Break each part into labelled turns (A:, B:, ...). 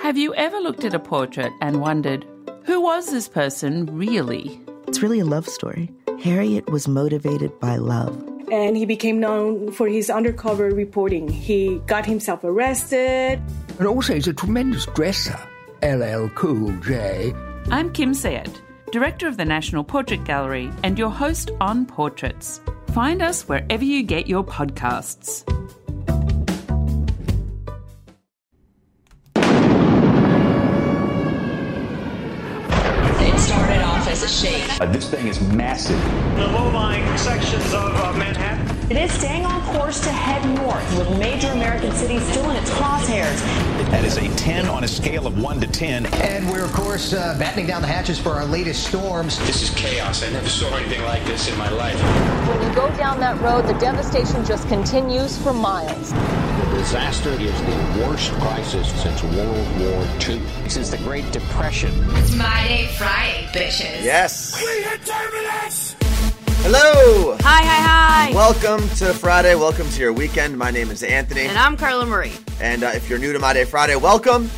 A: Have you ever looked at a portrait and wondered, who was this person really?
B: It's really a love story. Harriet was motivated by love.
C: and he became known for his undercover reporting. He got himself arrested.
D: And also, he's a tremendous dresser. LL Cool J.
A: I'm Kim Sayed, Director of the National Portrait Gallery and your host on Portraits. Find us wherever you get your podcasts.
E: It started off as a shake.
F: Uh, this thing is massive.
G: the low-lying sections of uh, Manhattan.
H: It is staying on course to head north, with major American cities still in its crosshairs.
I: That is a 10 on a scale of 1 to 10.
J: And we're, of course, uh, battening down the hatches for our latest storms.
K: This is chaos. I never saw anything like this in my life.
L: When you go down that road, the devastation just continues for miles.
M: The disaster is the worst crisis since World War II.
N: Since the Great Depression.
O: It's my day Friday, bitches.
P: Yes.
O: We hit turbulence!
P: Hello.
Q: Hi, hi, hi.
P: Welcome to Friday. Welcome to your weekend. My name is Anthony.
Q: And I'm Carla Marie.
P: And, uh, if you're new to My Day Friday, welcome.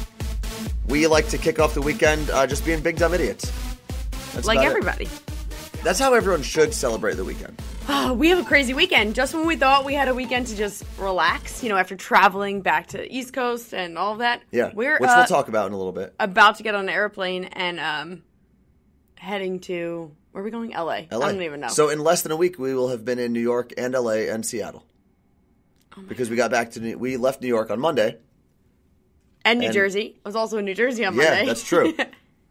P: We like to kick off the weekend uh, just being big dumb idiots. That's
Q: like
P: about it.
Q: everybody.
P: That's how everyone should celebrate the weekend.
Q: Oh, we have a crazy weekend. Just when we thought we had a weekend to just relax, you know, after traveling back to the East Coast and all of that.
P: Yeah.
Q: We're
P: which
Q: uh,
P: we'll talk about in a little bit.
Q: about to get on an airplane and um heading to where are we going? LA.
P: LA.
Q: I don't even know.
P: So in less than a week, we will have been in New York and LA and Seattle.
Q: Oh
P: because we got back to New- we left New York on Monday.
Q: and New
P: and-
Q: Jersey. I was also in New Jersey on
P: yeah,
Q: Monday.
P: that's true.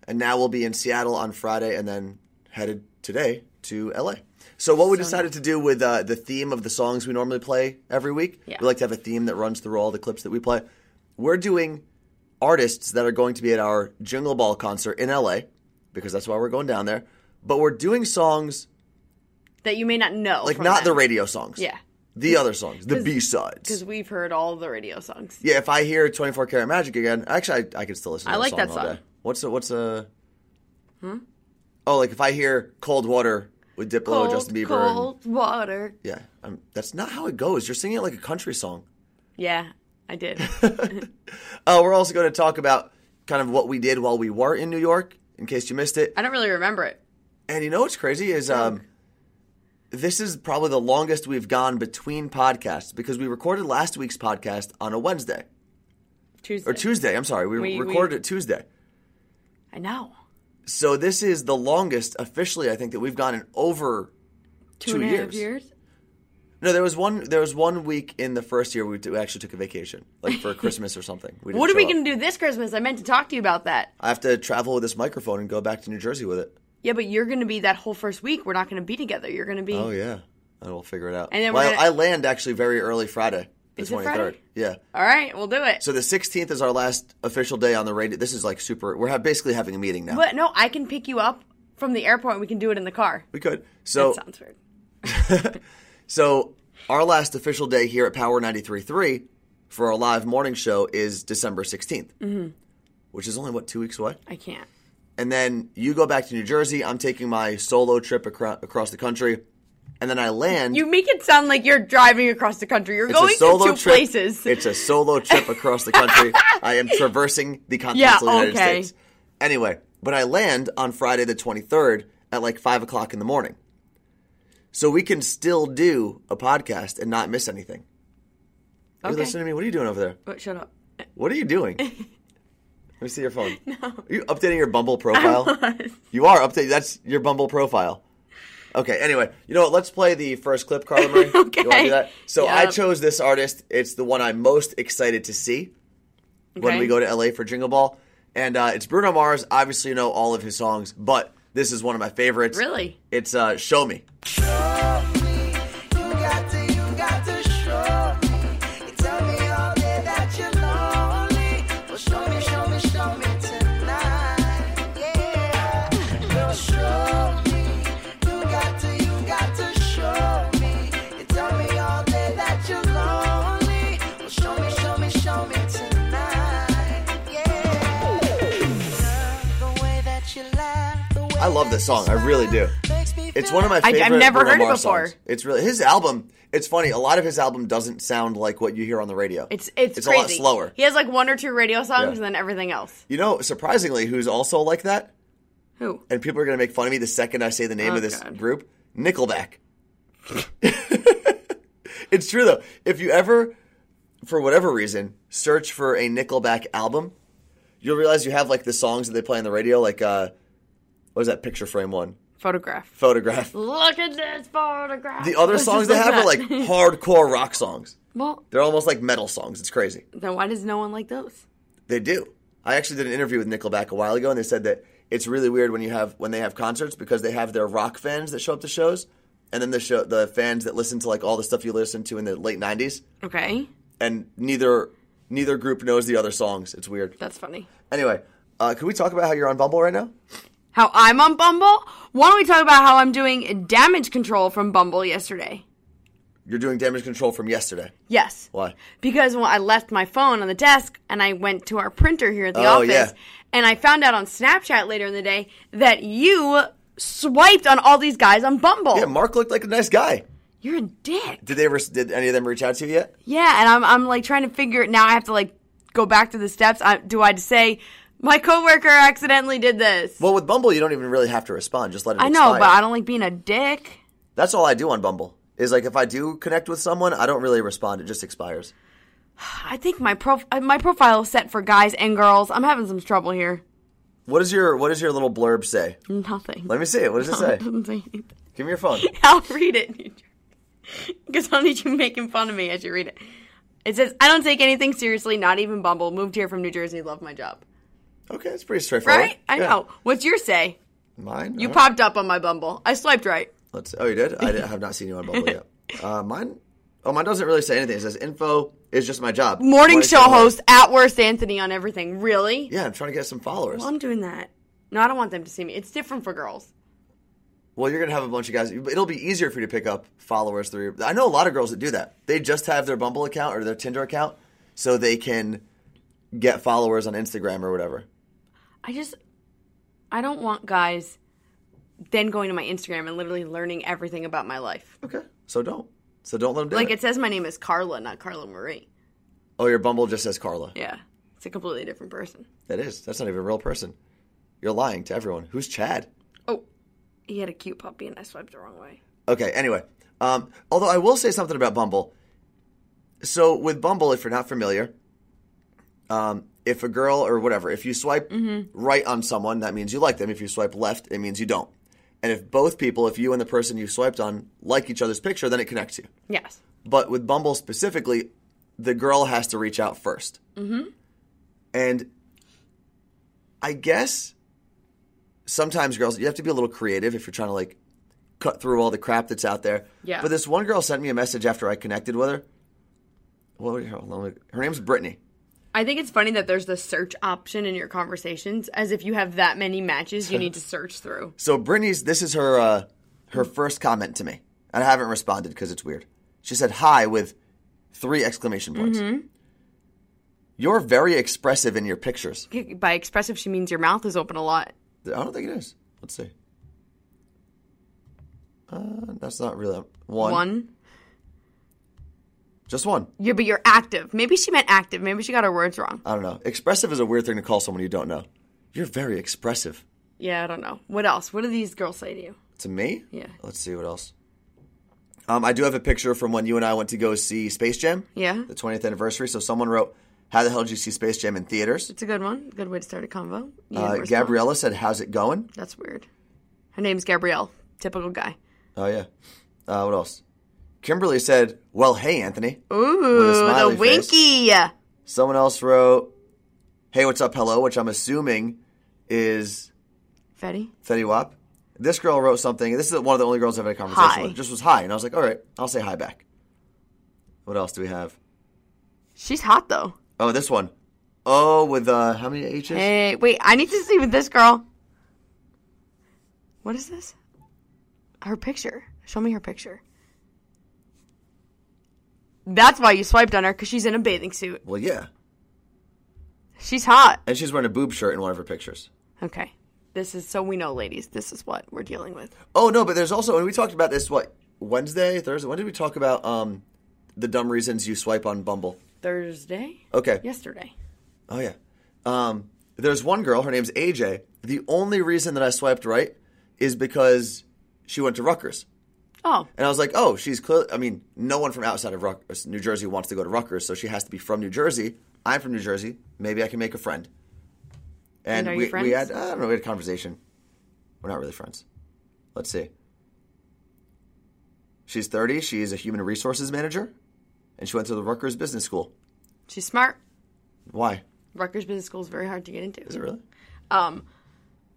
P: and now we'll be in Seattle on Friday, and then headed today to LA. So what we decided to do with uh, the theme of the songs we normally play every week,
Q: Yeah.
P: we like to have a theme that runs through all the clips that we play. We're doing artists that are going to be at our Jingle Ball concert in LA because that's why we're going down there. But we're doing songs
Q: that you may not know.
P: like
Q: from
P: not the
Q: them.
P: radio songs,
Q: Yeah.
P: the other songs, the
Q: 'Cause-
P: B sides.
Q: Because we've heard all the radio songs.
P: Yeah, if I hear 24 Karat Magic again, actually, I, I can still listen to
Q: I
P: that
Q: like
P: song
Q: that
P: all
Q: song. Hmm?
P: day. What's a, what's a, oh, like if I hear Cold Water with Diplo
Q: Cold,
P: and Justin Bieber. and-
Q: cold water.
P: yeah, i that's not how it goes. You're singing it like a country song.
Q: Yeah, I did.
P: Uh, we're also going to talk about kind of what we did while we were in New York, in case you missed it.
Q: I don't really remember it.
P: And you know what's crazy is um, this is probably the longest we've gone between podcasts because we recorded last week's podcast on a Wednesday
Q: Tuesday.
P: or Tuesday. I'm sorry, we,
Q: We- we-
P: recorded it Tuesday.
Q: I know.
P: So this is the longest officially I think that we've gone in over two,
Q: and a half
P: years. No, there was one. There was one week in the first year we, t- we actually took a vacation, like for Christmas or something. We didn't
Q: What are we
P: show up.
Q: going to do this Christmas? I meant to talk to you about that.
P: I have to travel with this microphone and go back to New Jersey with it.
Q: Yeah, but you're going to be that whole first week. We're not going to be together. You're going to be.
P: Oh yeah, I will figure it out.
Q: And then we're
P: well,
Q: gonna-
P: I land actually very early Friday, the
Q: Is it
P: twenty
Q: Friday?
P: third. Yeah.
Q: All right, we'll do it.
P: So the sixteenth is our last official day on the radio. This is like super. We're ha- basically having a meeting now.
Q: But no, I can pick you up from the airport. and We can do it in the car.
P: We could. So
Q: that sounds weird.
P: So, our last official day here at Power 93.3 for our live morning show is December 16th, which is only, what, two weeks away?
Q: I can't.
P: And then you go back to New Jersey. I'm taking my solo trip acro- across the country. And then I land.
Q: You make it sound like you're driving across the country. You're
P: It's
Q: going
P: a solo
Q: to two
P: trip.
Q: places.
P: It's a solo trip across the country. I am traversing the continental United
Q: okay.
P: States. Anyway, but I land on Friday the 23rd at like 5 o'clock in the morning. So we can still do a podcast and not miss anything. Are you
Q: Okay.
P: listening to me? What are you doing over there?
Q: But Oh, shut up.
P: What are you doing? Let me see your phone. Are you updating your Bumble profile? You are updating. That's your Bumble profile. Okay. Anyway, you know what? Let's play the first clip, Carla Marie. You want to
Q: Okay.
P: do that? So I
Q: Yep.
P: chose this artist. It's the one I'm most excited to see when
Q: Okay.
P: we go to LA for Jingle Ball, and uh, it's Bruno Mars. Obviously, you know all of his songs, but this is one of my favorites.
Q: Really?
P: It's uh, "Show Me." I love this song. I really do.
R: Makes me
Q: you
P: It's
Q: feel
P: one of my
Q: it? I-
P: favorite.
Q: I've never
P: Bruno
Q: heard it
P: Mars
Q: before.
P: songs. It's really his album. It's funny. A lot of his album doesn't sound like what you hear on the radio.
Q: It's it's,
P: it's a
Q: crazy.
P: lot slower.
Q: He has like one or two radio songs
P: Yeah.
Q: and then everything else.
P: You know, surprisingly, who's also like that,
Q: Who?
P: and people are going to make fun of me the second I say the name
Q: Oh,
P: of this
Q: God.
P: group, Nickelback. it's true though. If you ever, for whatever reason, search for a Nickelback album, you'll realize you have like the songs that they play on the radio, like uh, what is that picture frame one?
Q: Photograph.
P: Photograph.
Q: Look at this photograph.
P: The other
Q: It's
P: songs
Q: just
P: they have are like
Q: that.
P: hardcore rock songs.
Q: well,
P: They're almost like metal songs. It's crazy.
Q: then why does no one like those?
P: They do. I actually did an interview with Nickelback a while ago, and they said that it's really weird when you have when they have concerts because they have their rock fans that show up to shows, and then the show the fans that listen to like all the stuff you listened to in the late '90s,
Q: Okay,
P: and neither neither group knows the other songs. It's weird.
Q: that's funny.
P: Anyway, uh, can we talk about how you're on Bumble right now?
Q: How I'm on Bumble? Why don't we talk about how I'm doing damage control from Bumble yesterday?
P: You're doing damage control from yesterday.
Q: Yes.
P: Why?
Q: Because when I left my phone on the desk and I went to our printer here at the
P: Oh,
Q: office,
P: yeah.
Q: and I found out on Snapchat later in the day that you swiped on all these guys on Bumble.
P: Yeah, Mark looked like a nice guy.
Q: You're a dick.
P: Did they ever, did any of them reach out to you yet?
Q: Yeah, and I'm I'm like trying to figure it now. I have to like go back to the steps. I, do I say my coworker accidentally did this?
P: Well, with Bumble, you don't even really have to respond. Just let it.
Q: I know,
P: expire.
Q: but I don't like being a dick.
P: That's all I do on Bumble. Is like if I do connect with someone, I don't really respond. It just expires.
Q: I think my prof- uh, my profile is set for guys and girls. I'm having some trouble here.
P: What does your What does your little blurb say?
Q: Nothing.
P: Let me see it. What does it
Q: No,
P: say?
Q: doesn't say anything.
P: Give me your phone.
Q: I'll read it. Because I'll need you making fun of me as you read it. It says, I don't take anything seriously, not even Bumble. Moved here from New Jersey, love my job.
P: Okay, it's pretty straightforward.
Q: Right? I
P: Yeah.
Q: know. What's your say?
P: Mine.
Q: You
P: All right.
Q: popped up on my Bumble. I swiped right.
P: Let's. Oh, you did. I did- I have not seen you on Bumble yet. Uh, mine. Oh, mine doesn't really say anything. It says info is just my job.
Q: Morning, show host, at worst Anthony on everything. Really?
P: Yeah, I'm trying to get some followers.
Q: Well,
P: Well,
Q: I'm doing that. No, I don't want them to see me. It's different for girls.
P: you're gonna have a bunch of guys. It'll be easier for you to pick up followers through. your- I know a lot of girls that do that. They just have their Bumble account or their Tinder account, so they can get followers on Instagram or whatever.
Q: I just, I don't want guys then going to my Instagram and literally learning everything about my life.
P: Okay. So don't. So don't let them do
Q: Like
P: it.
Q: it says my name is Carla, not Carla Marie.
P: Oh, your Bumble just says Carla.
Q: Yeah. It's a completely different person.
P: That is. That's not even a real person. You're lying to everyone. Who's Chad?
Q: Oh, he had a cute puppy and I swiped the wrong way.
P: Okay, anyway. Um, although I will say something about Bumble. So with Bumble, if you're not familiar, um, if a girl or whatever, if you swipe right on someone, that means you like them. If you swipe left, it means you don't. And if both people, if you and the person you swiped on like each other's picture, then it connects you.
Q: Yes.
P: But with Bumble specifically, the girl has to reach out first.
Q: Mm-hmm.
P: And I guess sometimes girls, you have to be a little creative if you're trying to like cut through all the crap that's out there.
Q: Yeah.
P: But this one girl sent me a message after I connected with her. What was her, hold on, her name's Brittany.
Q: I think it's funny that there's the search option in your conversations, as if you have that many matches you need to search through.
P: So Brittany's this is her uh, her first comment to me, and I haven't responded because it's weird. She said hi with three exclamation points.
Q: Mm-hmm.
P: You're very expressive in your pictures.
Q: By expressive, she means your mouth is open a lot.
P: I don't think it is. Let's see. Uh, that's not really one. Just one.
Q: Yeah, but you're active. Maybe she meant active. Maybe she got her words wrong.
P: I don't know. Expressive is a weird thing to call someone you don't know. You're very expressive.
Q: Yeah, I don't know. What else? What do these girls say to you?
P: To me?
Q: Yeah.
P: Let's see what else. Um, I do have a picture from when you and I went to go see Space Jam,
Q: Yeah.
P: the 20th anniversary. So someone wrote, How the hell did you see Space Jam in theaters?
Q: It's a good one. Good way to start a convo. You
P: Uh,
Q: didn't
P: Gabriella said, How's it going?
Q: respond. That's weird. Her name's Gabrielle. Typical guy.
P: Oh, yeah. Uh, what else? Kimberly said, Well, hey, Anthony.
Q: Ooh,
P: smiley
Q: the
P: face.
Q: winky.
P: Someone else wrote, Hey, what's up, hello, which I'm assuming is
Q: Fetty.
P: Fetty Wap. This girl wrote something. This is one of the only girls I've had a conversation
Q: Hi.
P: with. Just was hi. And I was like, all right, I'll say hi back. What else do we have?
Q: She's hot though.
P: Oh, this one. Oh, with uh, how many H's?
Q: Hey, wait, I need to see with this girl. What is this? Her picture. Show me her picture. That's why you swiped on her because she's in a bathing suit.
P: Well, yeah.
Q: She's hot.
P: And she's wearing a boob shirt in one of her pictures.
Q: Okay. This is so we know, ladies. This is what we're dealing with.
P: Oh no, but there's also and we talked about this what Wednesday, Thursday. When did we talk about um the dumb reasons you swipe on Bumble?
Q: Thursday.
P: Okay.
Q: Yesterday.
P: Oh yeah. Um, there's one girl. Her name's AJ. The only reason that I swiped right is because she went to Rutgers.
Q: Oh.
P: And I was like, oh, she's clear. I mean, no one from outside of Rutgers, New Jersey wants to go to Rutgers, so she has to be from New Jersey. I'm from New Jersey. Maybe I can make a friend.
Q: And, are you
P: we,
Q: friends?
P: we had, I don't know, we had a conversation. We're not really friends. Let's see. She's 30. She is a human resources manager, and she went to the Rutgers Business School.
Q: She's smart.
P: Why?
Q: Rutgers Business School is very hard to get into.
P: Is it really?
Q: Um,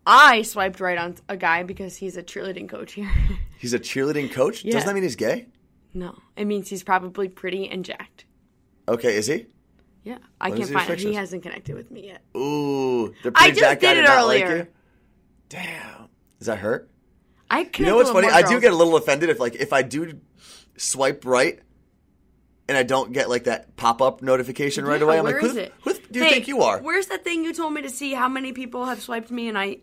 Q: I swiped right on a guy because he's a cheerleading coach here.
P: He's a cheerleading coach?
Q: Yeah.
P: Doesn't that mean he's gay?
Q: no, it means he's probably pretty and jacked.
P: Okay, is he?
Q: Yeah, I
P: Let me
Q: can't
P: see your
Q: find it. He
P: pictures.
Q: hasn't connected with me yet.
P: Ooh. The
Q: I
P: pretty
Q: just
P: jack guy
Q: did it
P: not like
Q: earlier.
P: you? Damn. Does that hurt?
Q: I connected
P: you know what's
Q: with
P: funny?
Q: more
P: I do
Q: girls.
P: get a little offended if like if I do swipe right and I don't get like that pop up notification right
Q: Yeah,
P: away. I'm
Q: where
P: like, who,
Q: is
P: the-
Q: it?
P: who the f- do you
Q: Hey,
P: think you are?
Q: Where's that thing you told me to see how many people have swiped me? And I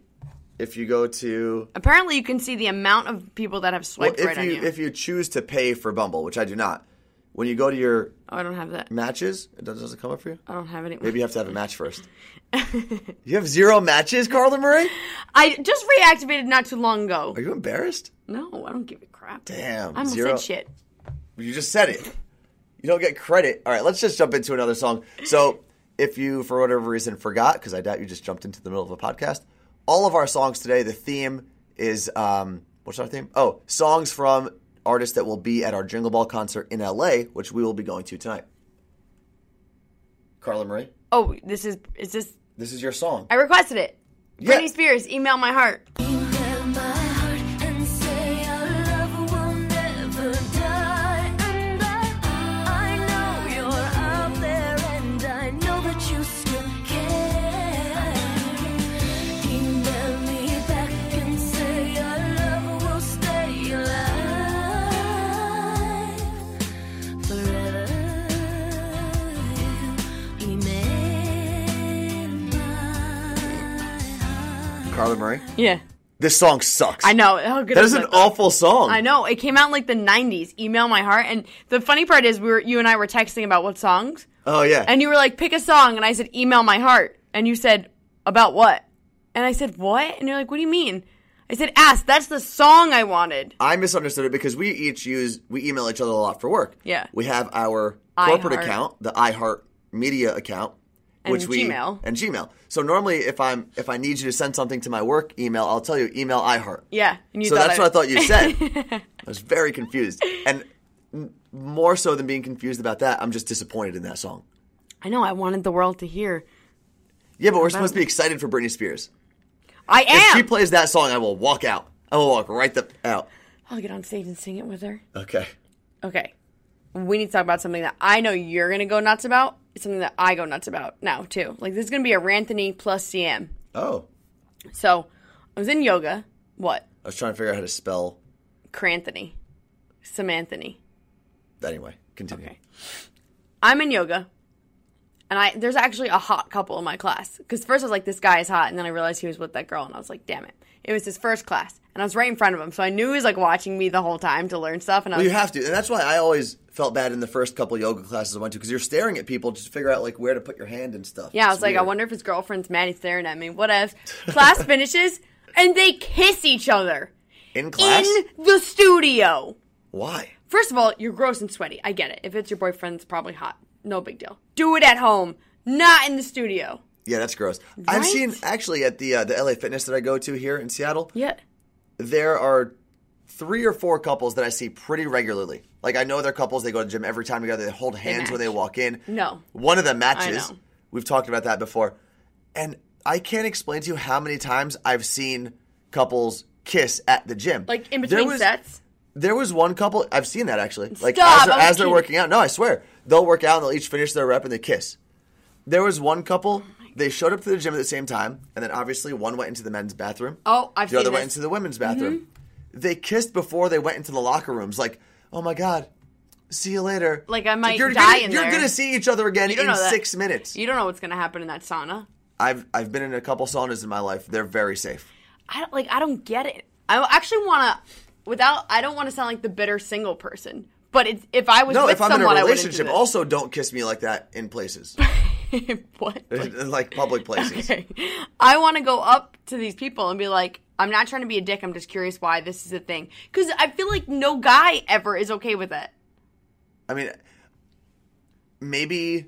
P: If you go to
Q: apparently you can see the amount of people that have
P: well,
Q: swiped
P: if
Q: right
P: you,
Q: on you.
P: if you choose to pay for Bumble, which I do not, when you go to your
Q: oh, I don't have that.
P: matches, it doesn't, doesn't come up for you.
Q: I don't have any.
P: Maybe you have to have a match first. you have zero matches, Carla Marie.
Q: I just reactivated not too long ago.
P: Are you embarrassed?
Q: No, I don't give a crap.
P: Damn,
Q: I almost
P: zero.
Q: said shit.
P: You just said it. You don't get credit. All right, let's just jump into another song. So, if you, for whatever reason, forgot, because I doubt you just jumped into the middle of a podcast, all of our songs today, the theme is um, what's our theme? Oh, songs from artists that will be at our Jingle Ball concert in LA, which we will be going to tonight. Carla Marie,
Q: Oh, this is is this?
P: this is your song.
Q: I requested it.
P: Yeah.
Q: Britney Spears, email my heart.
P: Carla Murray.
Q: Yeah,
P: This song sucks.
Q: I know. How good
P: That
Q: was
P: is an
Q: that, though?
P: awful song.
Q: I know. It came out in like the '90s. Email my heart. And the funny part is, we were you and I were texting about what songs,
P: Oh, yeah.
Q: and you were like, pick a song, and I said, email my heart, and you said, about what? And I said, what? And you're like, what do you mean? I said, ask. That's the song I wanted.
P: I misunderstood it because we each use we email each other a lot for work.
Q: Yeah.
P: We have our corporate
Q: iHeart.
P: account, the iHeart Media account,
Q: And
P: which we
Q: Gmail.
P: and Gmail. So normally, if I'm if I need you to send something to my work email, I'll tell you email iHeart.
Q: Yeah. And you
P: so
Q: thought
P: that's what I thought you said. I was very confused, and m- more so than being confused about that, I'm just disappointed in that song.
Q: I know. I wanted the world to hear.
P: Yeah, but we're supposed to be excited for Britney Spears.
Q: I
P: If
Q: am.
P: she plays that song, I will walk out. I will walk right the out.
Q: I'll get on stage and sing it with her.
P: Okay.
Q: Okay. We need to talk about something that I know you're going to go nuts about. It's something that I go nuts about now, too. Like, this is going to be a Ranthony plus CM.
P: Oh,
Q: So, I was in yoga. What?
P: I was trying to figure out how to spell.
Q: Cranthony. Samanthony.
P: Anyway, continue.
Q: Okay. I'm in yoga. And I there's actually a hot couple in my class. Because first I was like, this guy is hot. And then I realized he was with that girl. And I was like, damn it. It was his first class. And I was right in front of him. So I knew he was like watching me the whole time to learn stuff. And I
P: Well,
Q: was
P: you have to, and that's why I always felt bad in the first couple yoga classes I went to because you're staring at people just to figure out like where to put your hand and stuff.
Q: Yeah, I
P: It's
Q: was like, I
P: weird.
Q: wonder if his girlfriend's mad. He's staring at me. What if class finishes and they kiss each other
P: in class
Q: in the studio?
P: why?
Q: First of all, you're gross and sweaty. I get it. If it's your boyfriend, it's probably hot. No big deal. Do it at home, not in the studio.
P: Yeah, that's gross. I've
Q: Right?
P: seen actually at the uh, the LA Fitness that I go to here in Seattle,
Q: Yeah.
P: there are three or four couples that I see pretty regularly. Like I know they're couples; they go to the gym every time together. They hold hands when they
Q: match.
P: walk in.
Q: No.
P: One of them matches.
Q: know.
P: We've talked about that before. And I can't explain to you how many times I've seen couples kiss at the gym.
Q: Like in
P: There
Q: between
P: was-
Q: sets.
P: There was one couple I've seen that actually. Like
Q: Stop,
P: as they're,
Q: I was
P: as they're
Q: kidding.
P: working out, no, I swear they'll work out and they'll each finish their rep and they kiss. There was one couple.
Q: Oh
P: they showed up to the gym at the same time, and then obviously one went into the men's bathroom.
Q: Oh, I've
P: the other
Q: seen this.
P: went
Q: Mm-hmm.
P: into the women's bathroom. They kissed before they went into the locker rooms. Like, oh my god, see you later.
Q: Like, I
P: It's
Q: might
P: you're
Q: die
P: gonna,
Q: in
P: You're
Q: there.
P: gonna see each other again
Q: You don't
P: in
Q: know that.
P: six minutes.
Q: You don't know what's gonna happen in that sauna.
P: I've I've been in a couple saunas in my life. They're very safe.
Q: I don't like. I don't get it. I actually want to. Without, I don't want to sound like the bitter single person. But it, if I was
P: no,
Q: with
P: if I'm
Q: someone,
P: in
Q: I
P: a
Q: wouldn't do
P: relationship,
Q: this.
P: also don't kiss me like that in places,
Q: what?
P: like public places.
Q: Okay. I want to go up to these people and be like, I'm not trying to be a dick. I'm just curious why this is a thing. Because I feel like no guy ever is okay with it.
P: I mean, maybe.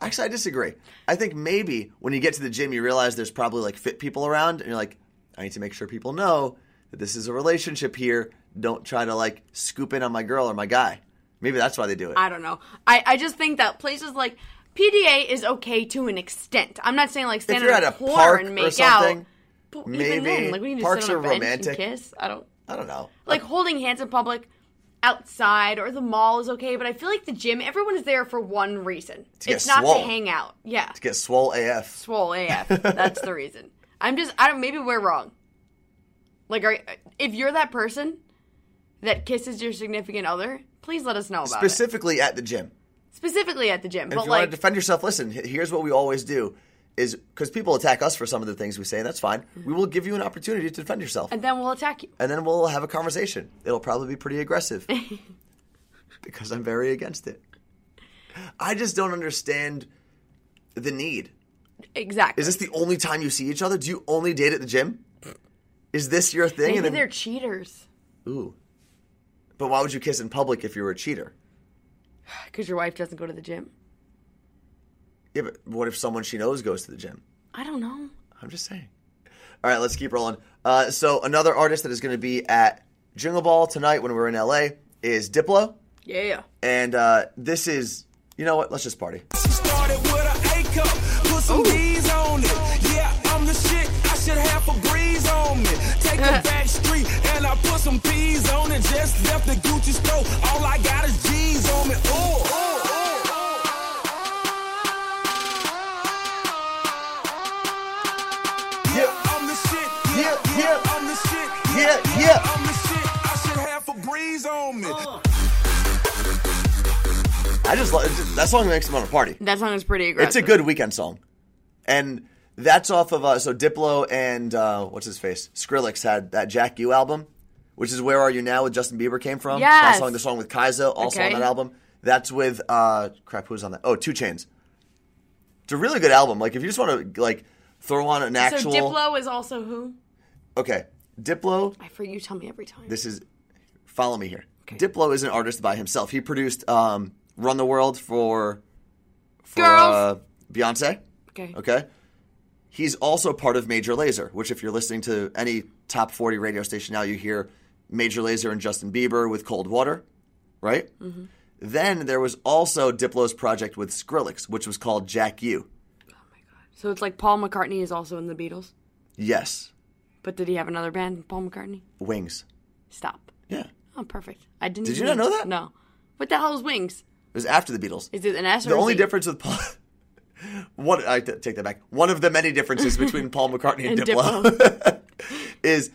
P: Actually, I disagree. I think maybe when you get to the gym, you realize there's probably like fit people around, and you're like, I need to make sure people know that this is a relationship here. Don't try to like scoop in on my girl or my guy. Maybe that's why they do it.
Q: I don't know. I, I just think that places like PDA is okay to an extent. I'm not saying like stand
P: if you're
Q: on
P: at
Q: a
P: a
Q: corner
P: park
Q: and
P: or
Q: make out.
P: something,
Q: But
P: maybe
Q: even then, like we need to
P: parks
Q: sit on a
P: are
Q: bench
P: romantic.
Q: and kiss. I don't.
P: I don't know.
Q: Like holding hands in public, outside or the mall is okay. But I feel like the gym, everyone is there for one reason.
P: To get
Q: it's not
P: swole.
Q: to hang out. Yeah.
P: To get swole AF.
Q: swole AF. That's the reason. I'm just I don't maybe we're wrong. Like are if you're that person that kisses your significant other, please let us know about it.
P: Specifically at the gym.
Q: Specifically at the gym,
P: And if
Q: but
P: you want
Q: like
P: to defend yourself, listen, h- here's what we always do is because people attack us for some of the things we say, and that's fine.
Q: Hmm.
P: We will give you an opportunity to defend yourself.
Q: and then we'll attack you.
P: And then we'll have a conversation. It'll probably be pretty aggressive because I'm very against it. I just don't understand the need.
Q: Exactly.
P: Is this the only time you see each other? Do you only date at the gym? Is this your thing?
Q: Maybe
P: And then-
Q: they're cheaters
P: Ooh. But why would you kiss in public if you were a cheater?
Q: cuz your wife doesn't go to the gym.
P: Yeah, but what if someone she knows goes to the gym?
Q: I don't know.
P: I'm just saying. All right, let's keep rolling. Uh, so another artist that is going to be at Jingle Ball tonight when we're in LA is Diplo,
Q: Yeah.
P: and uh, this is you know what? Let's just party.
F: Started with an A cup, put some D's on it. Yeah, I'm the shit. I should have a breeze on me. Take a back street and I put some P's on it. Just left the Gucci store. All I got is G's on me. Ooh, ooh, ooh.
P: Yeah,
F: I'm the shit.
P: Yeah, yeah.
F: I'm the shit.
P: Yeah, yeah.
F: I'm the shit. I should have a breeze on me.
P: I just love that song makes me want to party.
Q: That song is pretty aggressive.
P: It's a good weekend song, and that's off of uh, so Diplo and uh, what's his face Skrillex had that Jack U album, which is Where Are You Now with Justin Bieber came from.
Q: Yes.
P: That song, the song with Kaiza, also
Q: Okay.
P: on that album. That's with uh, crap. Who's on that? Oh, Two Chains. It's a really good album. Like if you just want to like throw on an actual.
Q: So Diplo is also who?
P: Okay, Diplo.
Q: I forget you tell me every time.
P: This is follow me here. Diplo is an artist by himself. He produced um, Run the World for for uh,
Q: Girls.
P: Beyonce.
Q: Okay.
P: Okay. He's also part of Major Laser, which if you're listening to any top 40 radio station now, you hear Major Laser and Justin Bieber with Cold Water, right?
Q: Mhm.
P: Then there was also Diplo's project with Skrillex, which was called Jack U.
Q: So it's like Paul McCartney is also in the Beatles.
P: Yes,
Q: But did he have another band, Paul McCartney?
P: Wings.
Q: Stop.
P: Yeah.
Q: Oh, perfect. I didn't.
P: Did you
Q: even-
P: not know that?
Q: No. What the hell is Wings?
P: It was after the Beatles.
Q: Is it an S or
P: The
Q: a
P: only
Q: Z?
P: difference with Paul. One, I t- take that back. One of the many differences between Paul McCartney and,
Q: And
P: Diplo, is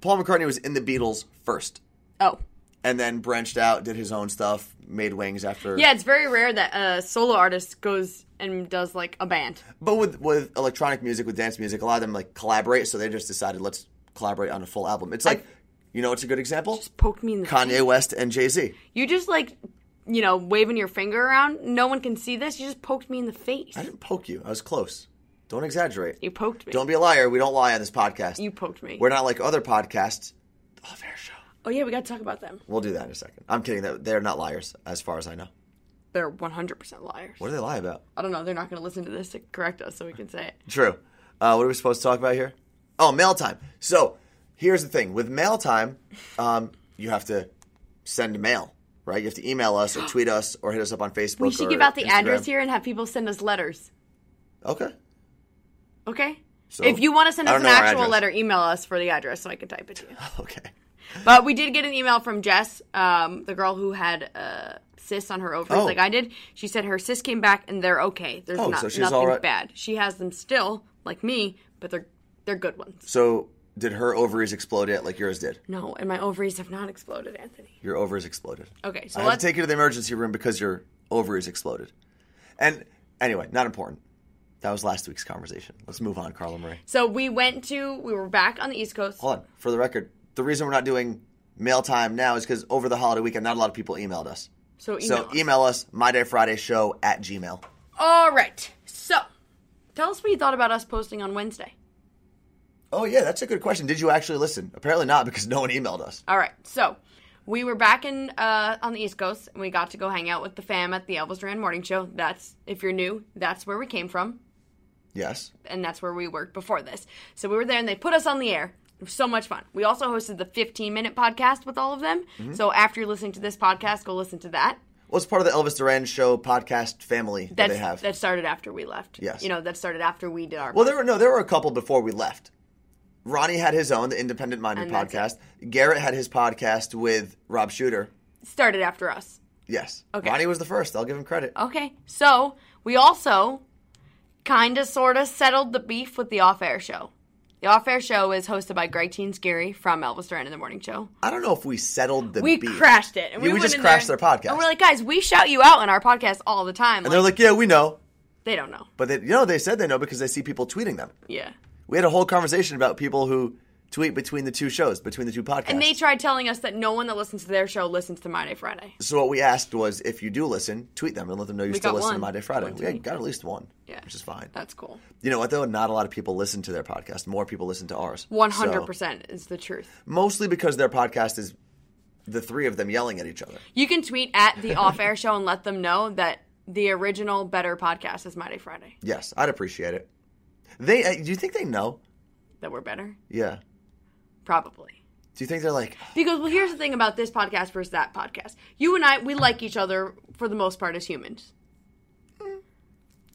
P: Paul McCartney was in the Beatles first,
Q: Oh,
P: and then branched out, did his own stuff, made Wings after.
Q: yeah. It's very rare that a solo artist goes and does like a band.
P: But with with electronic music, with dance music, a lot of them like collaborate. So they just decided let's collaborate on a full album. It's like, you know, it's a good example.
Q: Poked me in the
P: Kanye West and Jay Z.
Q: You just like, you know, waving your finger around. No one can see this. You just poked me in the face.
P: I didn't poke you. I was close. Don't exaggerate.
Q: You poked me.
P: Don't be a liar. We don't lie on this podcast.
Q: You poked me.
P: We're not like other podcasts.
Q: Oh yeah, we got to talk about them.
P: We'll do that in a second. I'm kidding. They're- They're not liars, as far as I know.
Q: They're 100% liars.
P: What do they lie about?
Q: I don't know. They're not going to listen to this to correct us, so we can say it.
P: True. Uh, what are we supposed to talk about here? Oh, mail time. So here's the thing with mail time, um, you have to send mail, right? You have to email us or tweet us or hit us up on Facebook.
Q: We should
P: or
Q: give out the
P: Instagram.
Q: address here and have people send us letters.
P: Okay.
Q: Okay.
P: So-
Q: if you want to send
P: I
Q: us
P: don't
Q: an
P: know our
Q: actual
P: address.
Q: letter, email us for the address so I can type it to you.
P: okay.
Q: But we did get an email from Jess, um, the girl who had uh, cysts on her ovaries,
P: Oh.
Q: like I did. She said her cysts came back and they're okay. There's
P: Oh,
Q: not,
P: so she's
Q: nothing
P: all right.
Q: bad. She has them still, like me, but they're they're good ones.
P: So did her ovaries explode yet, like yours did?
Q: No, and my ovaries have not exploded, Anthony.
P: Your ovaries exploded.
Q: Okay, so
P: I had
Q: let's
P: to take you to the emergency room because your ovaries exploded. And anyway, not important. That was last week's conversation. Let's move on, Carla Marie.
Q: So we went to, we were back on the East Coast.
P: Hold on. For the record, the reason we're not doing mail time now is because over the holiday weekend, not a lot of people emailed us.
Q: So email
P: so
Q: us.
P: email us, mydayfridayshow at gmail.
Q: All right. So tell us what you thought about us posting on Wednesday.
P: Oh, yeah, that's a good question. Did you actually listen? Apparently not because no one emailed us.
Q: All right. So we were back in uh, on the East Coast and we got to go hang out with the fam at the Elvis Duran Morning Show. That's, if you're new, that's where we came from.
P: Yes.
Q: And that's where we worked before this. So we were there and they put us on the air. It was so much fun. We also hosted the 15 minute podcast with all of them.
P: Mhm.
Q: So after you're listening to this podcast, go listen to that.
P: Well, it's part of the Elvis Duran Show podcast family that
Q: That's,
P: they have.
Q: That started after we left.
P: Yes.
Q: You know, that started after we did our
P: Well, there were no, there were a couple before we left. Ronnie had his own, the Independent Minded
Q: And that's
P: podcast. Garrett had his podcast with Rob Shooter.
Q: started after us.
P: Yes.
Q: Okay.
P: Ronnie was the first. I'll give him credit.
Q: Okay. So we also kind of sort of settled the beef with the off air show. The off air show is hosted by Greg Teen Scary from Elvis Duran in the Morning Show.
P: I don't know if we settled the
Q: we
P: beef.
Q: crashed it. And we,
P: Yeah, we
Q: went
P: just
Q: in
P: crashed
Q: there,
P: their podcast.
Q: And we're like, guys, we shout you out on our podcast all the time.
P: And they're like, yeah, we know.
Q: they don't know.
P: But they, you know, they said they know because they see people tweeting them.
Q: Yeah.
P: We had a whole conversation about people who tweet between the two shows, between the two podcasts.
Q: And they tried telling us that no one that listens to their show listens to My Day Friday.
P: so what we asked was, if you do listen, tweet them and let them know you
Q: We
P: still
Q: got
P: listen to
Q: one.
P: My Day Friday.
Q: One
P: We had-
Q: tweet.
P: got at least one,
Q: Yeah.
P: which is fine.
Q: That's cool.
P: You know what though? Not a lot of people listen to their podcast. More people listen to ours. So-
Q: 100% is the truth.
P: mostly because their podcast is the three of them yelling at each other.
Q: You can tweet at the off air show and let them know that the original Better podcast is My Day Friday,
P: Yes, I'd appreciate it. They uh, do you think they know?
Q: that we're better.
P: Yeah.
Q: Probably.
P: Do you think they're like
Q: Because well, here's the thing about this podcast versus that podcast. You and I, we like each other for the most part as humans.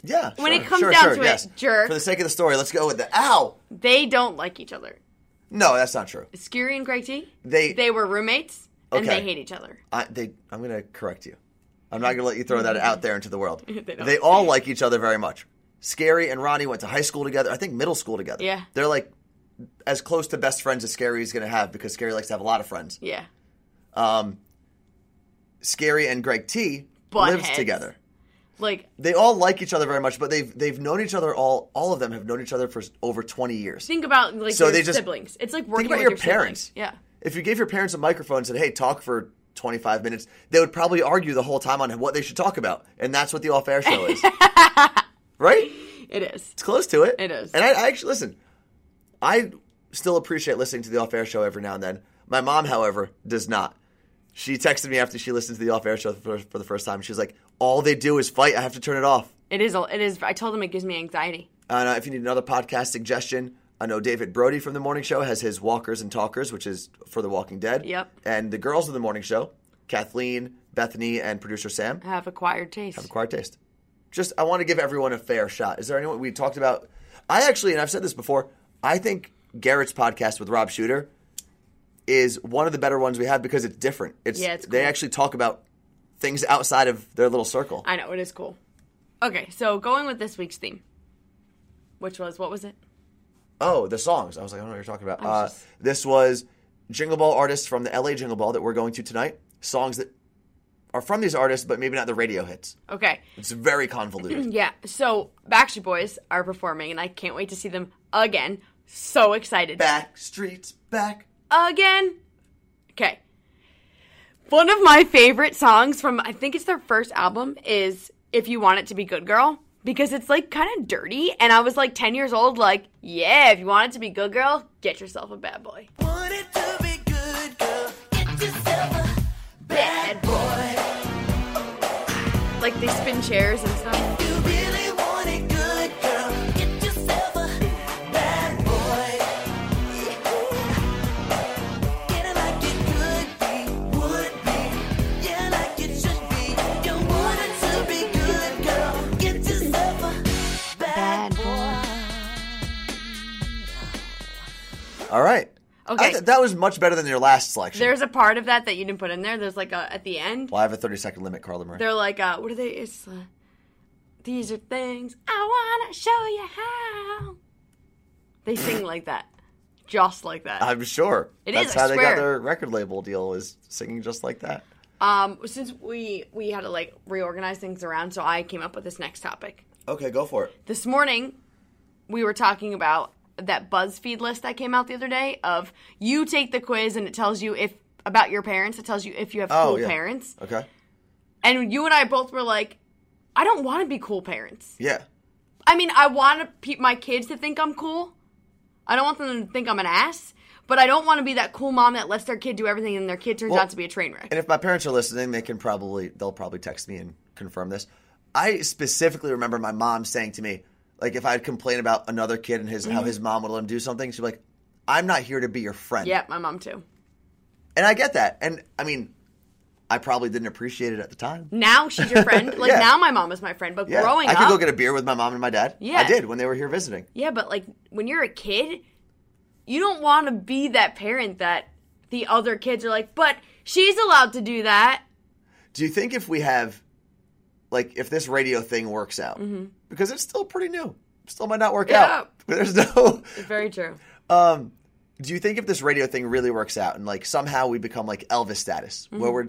P: yeah?
Q: When
P: sure,
Q: it comes
P: sure,
Q: down
P: sure,
Q: to it,
P: yes.
Q: jerk.
P: For the sake of the story, let's go with the ow.
Q: They don't like each other.
P: No, that's not true.
Q: Skiri and Greg T.
P: They-
Q: they were roommates and
P: Okay.
Q: they hate each other.
P: I, they, I'm going to correct you. I'm not going to let you throw that out there into the world.
Q: They don't.
P: they all like each other very much. Scary and Ronnie went to high school together. I think middle school together.
Q: Yeah.
P: They're like as close to best friends as Scary is going to have because Scary likes to have a lot of friends.
Q: Yeah.
P: Um, Scary and Greg T
Q: Butt
P: lives
Q: heads.
P: together.
Q: Like
P: They all like each other very much, but they've they've known each other all all of them have known each other for s- over 20 years.
Q: think about like
P: So
Q: your
P: they just-
Q: siblings. It's like working
P: about
Q: with
P: your
Q: your, siblings.
P: parents.
Q: Yeah.
P: If you gave your parents a microphone and said, "Hey, talk for 25 minutes," they would probably argue the whole time on what they should talk about, and that's what the off-air show is, right?
Q: It is.
P: It's close to it.
Q: It is.
P: And I, I actually listen. I still appreciate listening to the off-air show every now and then. My mom, however, does not. She texted me after she listened to the off-air show for, for the first time. She was like, "All they do is fight. I have to turn it off."
Q: It is. a- It is. I told them it gives me anxiety.
P: And uh, if you need another podcast suggestion, I know David Brody from The Morning Show has his Walkers and Talkers, which is for The Walking Dead.
Q: Yep.
P: And the girls of The Morning Show, Kathleen, Bethany, and producer Sam,
Q: I have acquired taste.
P: have acquired taste. Just, I want to give everyone a fair shot. Is there anyone we talked about? I actually, and I've said this before, I think Garrett's podcast with Rob Shooter is one of the better ones we have because it's different. It's,
Q: Yeah, it's
P: They
Q: cool.
P: actually talk about things outside of their little circle.
Q: I know it is cool. Okay, so going with this week's theme, which was what was it?
P: Oh, the songs. I was like, I don't know what you're talking about.
Q: I was
P: Uh, This was Jingle Ball artists from the LA Jingle Ball that we're going to tonight. Songs that are from these artists, but maybe not the radio hits.
Q: Okay.
P: It's very convoluted.
Q: yeah. So Backstreet Boys are performing, and I can't wait to see them again. So excited.
P: Back streets, back.
Q: Again. Okay. One of my favorite songs from I think it's their first album is If You Want It to Be Good Girl because it's like kind of dirty and I was like 10 years old like, yeah, if you want it to be good girl, get yourself a bad boy.
R: Want it to be good, girl. Get yourself a bad boy.
Q: Like they spin chairs and stuff.
R: You really want it good, girl. Get yourself a bad boy. Get it like it could be, would be. Yeah, like it should be. You want it to be good, girl. Get yourself a bad boy.
P: All right.
Q: Okay.
P: I th- that was much better than your last selection.
Q: There's a part of that that you didn't put in there. There's like a, at the end
P: well, I have a 30 second limit, Carla Murray.
Q: They're like, uh, what are they? It's uh, these are things I wanna show you how. They sing like that, just like that.
P: I'm sure.
Q: It
P: That's
Q: is, I
P: how they got
Q: swear.
P: their record label deal, is singing just like that.
Q: Um, since we we had to like reorganize things around, so I came up with this next topic.
P: Okay, go for it.
Q: This morning, we were talking about that BuzzFeed list that came out the other day of you take the quiz and it tells you if about your parents. It tells you if you have cool
P: Oh, yeah.
Q: parents.
P: Okay.
Q: And you and I both were like, I don't want to be cool parents.
P: Yeah.
Q: I mean, I want pe- my kids to think I'm cool. I don't want them to think I'm an ass, but I don't want to be that cool mom that lets their kid do everything and their kid turns
P: Well,
Q: out to be a train wreck.
P: And if my parents are listening, they can probably they'll probably text me and confirm this. I specifically remember my mom saying to me, like if I'd complain about another kid and his how
Q: Mhm.
P: his mom would let him do something, she'd be like, "I'm not here to be your friend."
Q: Yep, my mom too.
P: And I get that. And I mean, I probably didn't appreciate it at the time.
Q: Now she's your friend. Like
P: Yeah.
Q: now my mom is my friend, but
P: Yeah,
Q: growing
P: I
Q: up,
P: could go get a beer with my mom and my dad. I
Q: Yeah.
P: did when they were here visiting.
Q: Yeah, but like when you're a kid, you don't want to be that parent that the other kids are like, but she's allowed to do that.
P: Do you think if we have, like, if this radio thing works out,
Q: Mhm.
P: because it's still pretty new, still might not work
Q: Yeah.
P: out. There's no.
Q: Very true.
P: Um, do you think if this radio thing really works out and like somehow we become like Elvis status, where
Q: Mhm.
P: we're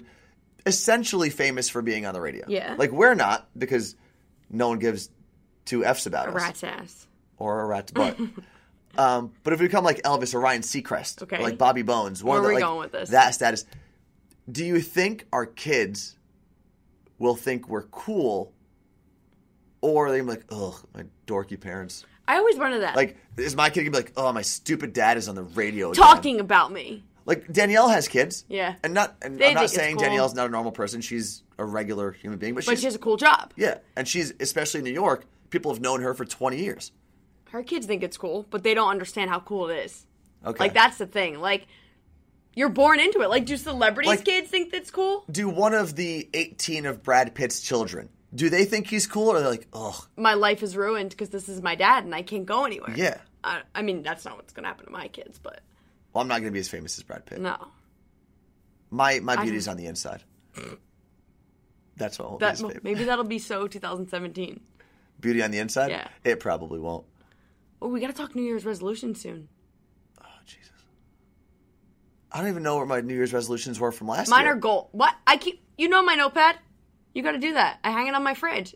P: essentially famous for being on the radio?
Q: Yeah.
P: Like we're not because no one gives two f's about
Q: A
P: us
Q: rat's ass.
P: or a rat's butt. um, but if we become like Elvis or Ryan Seacrest, or
Q: Okay.
P: like Bobby Bones, one
Q: Where
P: of the,
Q: are we
P: like,
Q: going with this?
P: that status, do you think our kids will think we're cool, or they like, ugh, my dorky parents?
Q: I always wonder that.
P: Like, is my kid gonna be like, oh, my stupid dad is on the radio again?
Q: talking about me.
P: Like Danielle has kids,
Q: Yeah.
P: and not. And
Q: They
P: I'm not
Q: think it's
P: saying
Q: cool.
P: Danielle's not a normal person. She's a regular human being, but,
Q: But she
P: she's
Q: has a cool job.
P: yeah, and she's especially in New York. People have known her for 20 years.
Q: Her kids think it's cool, but they don't understand how cool it is.
P: Okay,
Q: Like that's the thing. Like you're born into it. Like do celebrities' kids think that's cool?
P: Do one of the 18 of Brad Pitt's children? Do they think he's cool, or they're like, oh,
Q: My life is ruined because this is my dad and I can't go anywhere.
P: yeah?
Q: I, I mean, that's not what's going to happen to my kids, but
P: Well, I'm not gonna be as famous as Brad Pitt.
Q: no.
P: My my
Q: I-
P: beauty's on the inside. That's what won't be
Q: That,
P: as famous.
Q: maybe that'll be so 2017.
P: Beauty on the inside.
Q: Yeah.
P: It probably won't.
Q: Oh, we got to talk New Year's resolution soon.
P: I don't even know what my New Year's resolutions were from last
Q: Mine
P: year.
Q: are goal. What? I keep you know my notepad? You got to do that. I hang it on my fridge.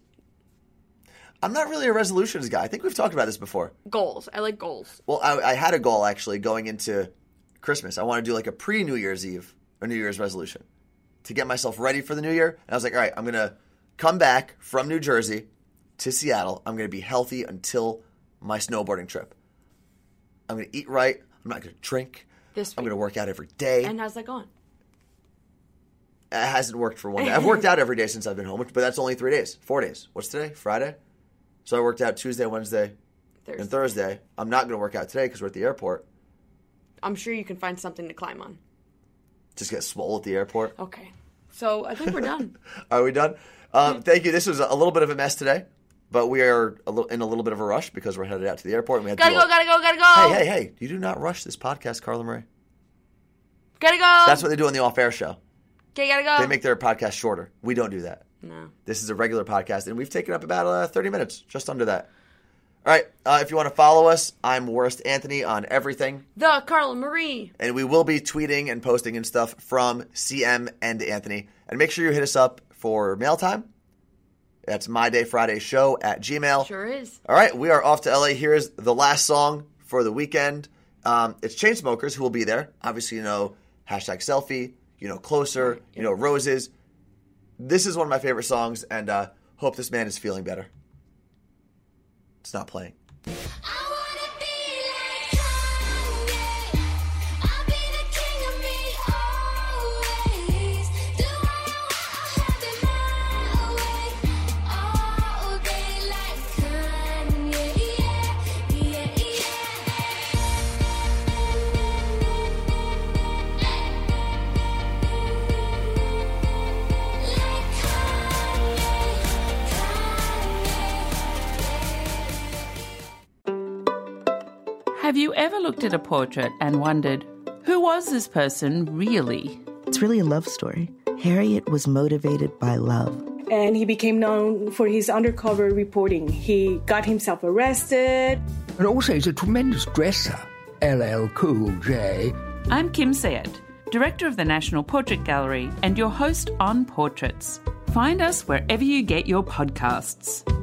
P: I'm not really a resolutions guy. I think we've talked about this before.
Q: Goals. I like goals.
P: Well, I, I had a goal actually going into Christmas. I want to do like a pre New Year's Eve or New Year's resolution to get myself ready for the new year. And I was like, all right, I'm going to come back from New Jersey to Seattle. I'm going to be healthy until my snowboarding trip. I'm going to eat right. I'm not going to drink.
Q: This
P: I'm going to work out every day.
Q: And how's that going?
P: it hasn't worked for one day. I've worked out every day since I've been home, which- but that's only three days, four days. What's today? Friday. So I worked out Tuesday, Wednesday, and Thursday. I'm not going to work out today because we're at the airport.
Q: I'm sure you can find something to climb on.
P: Just get swole at the airport.
Q: Okay. So, I think we're done.
P: Are we done? Um, thank you. This was a little bit of a mess today, but we are a little, in a little bit of a rush because we're headed out to the airport. And we had
Q: gotta
P: to do
Q: go,
P: a-
Q: gotta go, gotta go.
P: Hey, hey, hey! You do not rush this podcast, Carla Marie.
Q: Gotta go.
P: That's what they do on the off-air show.
Q: Okay, gotta go.
P: They make their podcast shorter. We don't do that.
Q: um, No.
P: This is a regular podcast, and we've taken up about uh, 30 minutes, just under that. All right. Uh, if you want to follow us, I'm Worst Anthony on everything,
Q: The Carla Marie.
P: and we will be tweeting and posting and stuff from CM and Anthony. And make sure you hit us up for mail time. That's my day Friday show at Gmail.
Q: Sure is.
P: All right, we are off to LA. Here is the last song for the weekend. Um, it's Chainsmokers who will be there. Obviously, you know hashtag selfie, you know closer, you know roses. This is one of my favorite songs, and uh, hope this man is feeling better. It's not playing.
A: Have you ever looked at a portrait and wondered, who was this person really?
B: It's really a love story. Harriet was motivated by love.
C: and he became known for his undercover reporting. He got himself arrested.
D: And also, he's a tremendous dresser, LL Cool J.
A: I'm Kim Sayed, Director of the National Portrait Gallery and your host on Portraits. Find us wherever you get your podcasts.